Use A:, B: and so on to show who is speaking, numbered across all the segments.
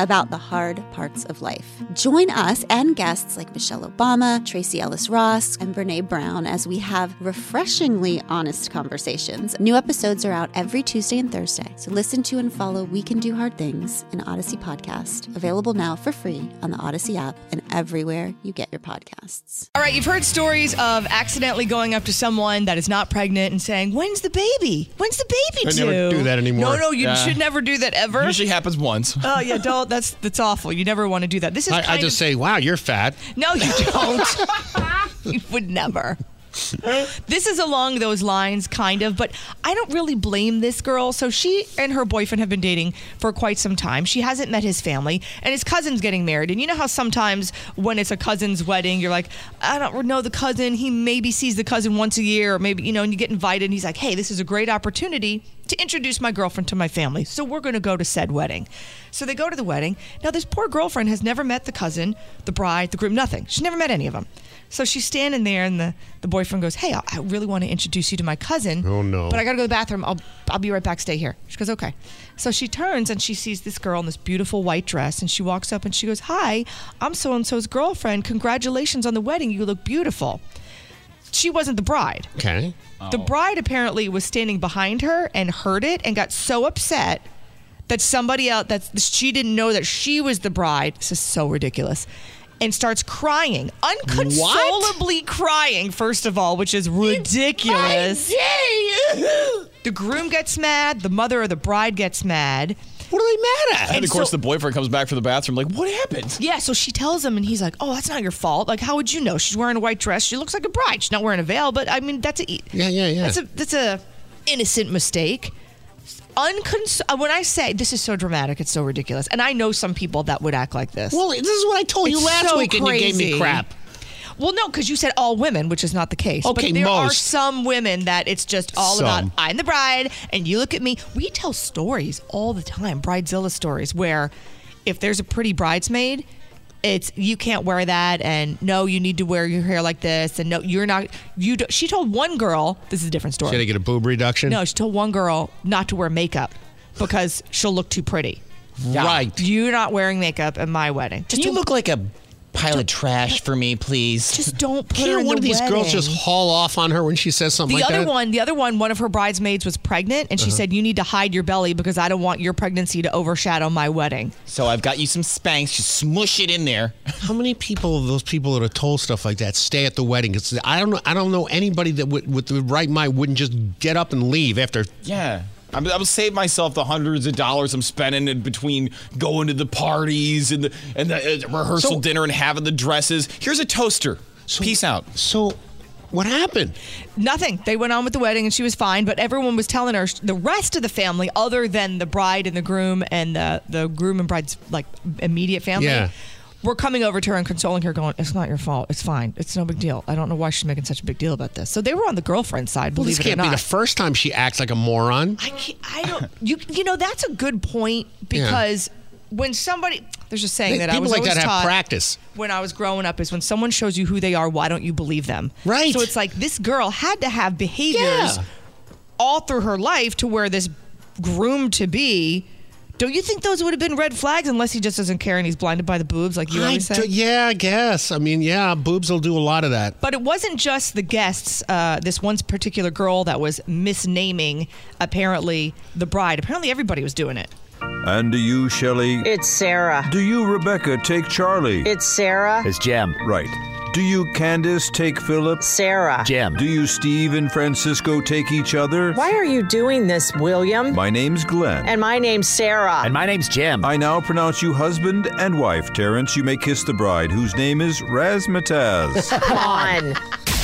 A: about the hard parts of life. Join us and guests like Michelle Obama, Tracy Ellis Ross, and Brene Brown as we have refreshingly honest conversations. New episodes are out every Tuesday and Thursday. So listen to and follow We Can Do Hard Things, an Odyssey podcast, available now for free on the Odyssey app and everywhere you get your podcasts.
B: All right, you've heard stories of accidentally going up to someone that is not pregnant and saying, "When's the baby? When's the baby
C: I
B: due?"
C: never do that anymore.
B: No, no, you
C: Yeah.
B: should never do that ever.
D: Usually happens once.
B: oh yeah, don't. That's that's awful. You never want to do that. This is.
C: I, I
B: kind
C: just
B: of,
C: say, wow, you're fat.
B: No, you don't. you would never. This is along those lines, kind of, but I don't really blame this girl. So she and her boyfriend have been dating for quite some time. She hasn't met his family, and his cousin's getting married. And you know how sometimes when it's a cousin's wedding, you're like, I don't know the cousin. He maybe sees the cousin once a year, or maybe, you know, and you get invited, and he's like, hey, this is a great opportunity to introduce my girlfriend to my family. So we're going to go to said wedding. So they go to the wedding. Now, this poor girlfriend has never met the cousin, the bride, the groom, nothing. She's never met any of them. So she's standing there, and the, the boyfriend goes, Hey, I I really want to introduce you to my cousin.
C: Oh, no.
B: But I got to go to the bathroom. I'll, I'll be right back. Stay here. She goes, Okay. So she turns and she sees this girl in this beautiful white dress, and she walks up and she goes, Hi, I'm so and so's girlfriend. Congratulations on the wedding. You look beautiful. She wasn't the bride.
C: Okay.
B: The bride apparently was standing behind her and heard it and got so upset that somebody else that she didn't know that she was the bride. This is so ridiculous. And starts crying, unconsolably crying, first of all, which is ridiculous. The groom gets mad, the mother of the bride gets mad.
C: What are they mad at?
D: And,
B: And
D: of course,
B: so-
D: the boyfriend comes back from the bathroom, like, what happened?
B: Yeah, so she tells him, and he's like, Oh, that's not your fault. Like, how would you know? She's wearing a white dress. She looks like a bride. She's not wearing a veil, but I mean, that's a. e
C: yeah, yeah, yeah.
B: That's a that's a innocent mistake. Uncons- uh, when I say this is so dramatic, it's so ridiculous, and I know some people that would act like this. Well,
C: well, this is what I told you
B: It's
C: last
B: so
C: week, and you gave me
B: crazy.
C: crap.
B: no, because you said all women, which is not the case.
C: Okay,
B: but there are
C: most.
B: some women that it's just all
C: Some.
B: about I'm the bride, and you look at me. We tell stories all the time, bridezilla stories, where if there's a pretty bridesmaid. It's you can't wear that, and no, you need to wear your hair like this, and no, you're not. You. Do, she told one girl, this is a different story.
C: Did I get a boob reduction?
B: No, she told one girl not to wear makeup because she'll look too pretty.
C: Right.
B: You're not wearing makeup at my wedding.
E: Can
B: Just
E: you
B: don't-
E: look like a pile of trash for me, please?
B: Just don't put her
C: Can't
B: in
C: one
B: the
C: of these girls
B: wedding.
C: just haul off on her when she says something
B: The
C: like
B: other
C: that? Uh-huh.
B: one, the other one, one of her bridesmaids was pregnant, and she said, "You need to hide your belly because I don't want your pregnancy to overshadow my wedding."
E: so I've got you some spanks. Just smush it in there.
C: How many people, those people that are told stuff like that, stay at the wedding? It's, I don't know. I don't know anybody that would, with the right mind wouldn't just get up and leave after.
D: Yeah. I'm, I will save myself the hundreds of dollars I'm spending in between going to the parties and the, and the uh, rehearsal
C: So-
D: dinner and having the dresses. Here's a toaster. Peace out.
C: So, what happened?
B: Nothing. They went on with the wedding, and she was fine. But everyone was telling her the rest of the family, other than the bride and the groom and the the groom and bride's like immediate family.
C: Yeah.
B: We're coming over to her and consoling her, going, "It's not your fault. It's fine. It's no big deal. I don't know why she's making such a big deal about this." So they were on the girlfriend's side,
C: Well,
B: believe
C: this
B: it or
C: can't
B: not.
C: be the first time she acts like a moron.
B: I can't, I don't. You you know that's a good point because when somebody there's a saying
C: They-
B: that I
C: people
B: was
C: like
B: always
C: that have
B: taught
C: practice.
B: when I was growing up is when someone shows you who they are, why don't you believe them?
C: Right.
B: So it's like this girl had to have behaviors
C: Yeah.
B: all through her life to where this groom to be. Don't you think those would have been red flags unless he just doesn't care and he's blinded by the boobs, like you
C: I
B: always say?
C: do- yeah, I guess. I mean, yeah, boobs will do a lot of that.
B: But it wasn't just the guests. Uh, this one particular girl that was misnaming apparently the bride. Apparently everybody was doing it.
F: And do you, Shelley?
G: It's Sarah.
F: Do you, Rebecca, take Charlie?
G: It's Sarah.
H: It's Jem.
F: right. Do you, Candace, take Philip?
G: Sarah.
H: Jem.
F: Do you, Steve and Francisco, take each other?
G: Why are you doing this, William?
F: My name's Glenn.
G: and my name's Sarah.
H: And my name's Jim.
F: I now pronounce you husband and wife, Terrence. You may kiss the bride, whose name is Razmataz.
G: Come on.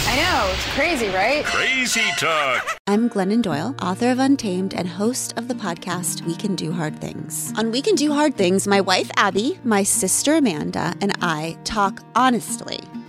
I: I know, it's crazy, right?
F: Crazy talk.
A: I'm Glennon Doyle, author of Untamed and host of the podcast We Can Do Hard Things. On We Can Do Hard Things, my wife Abby, my sister Amanda, and I talk honestly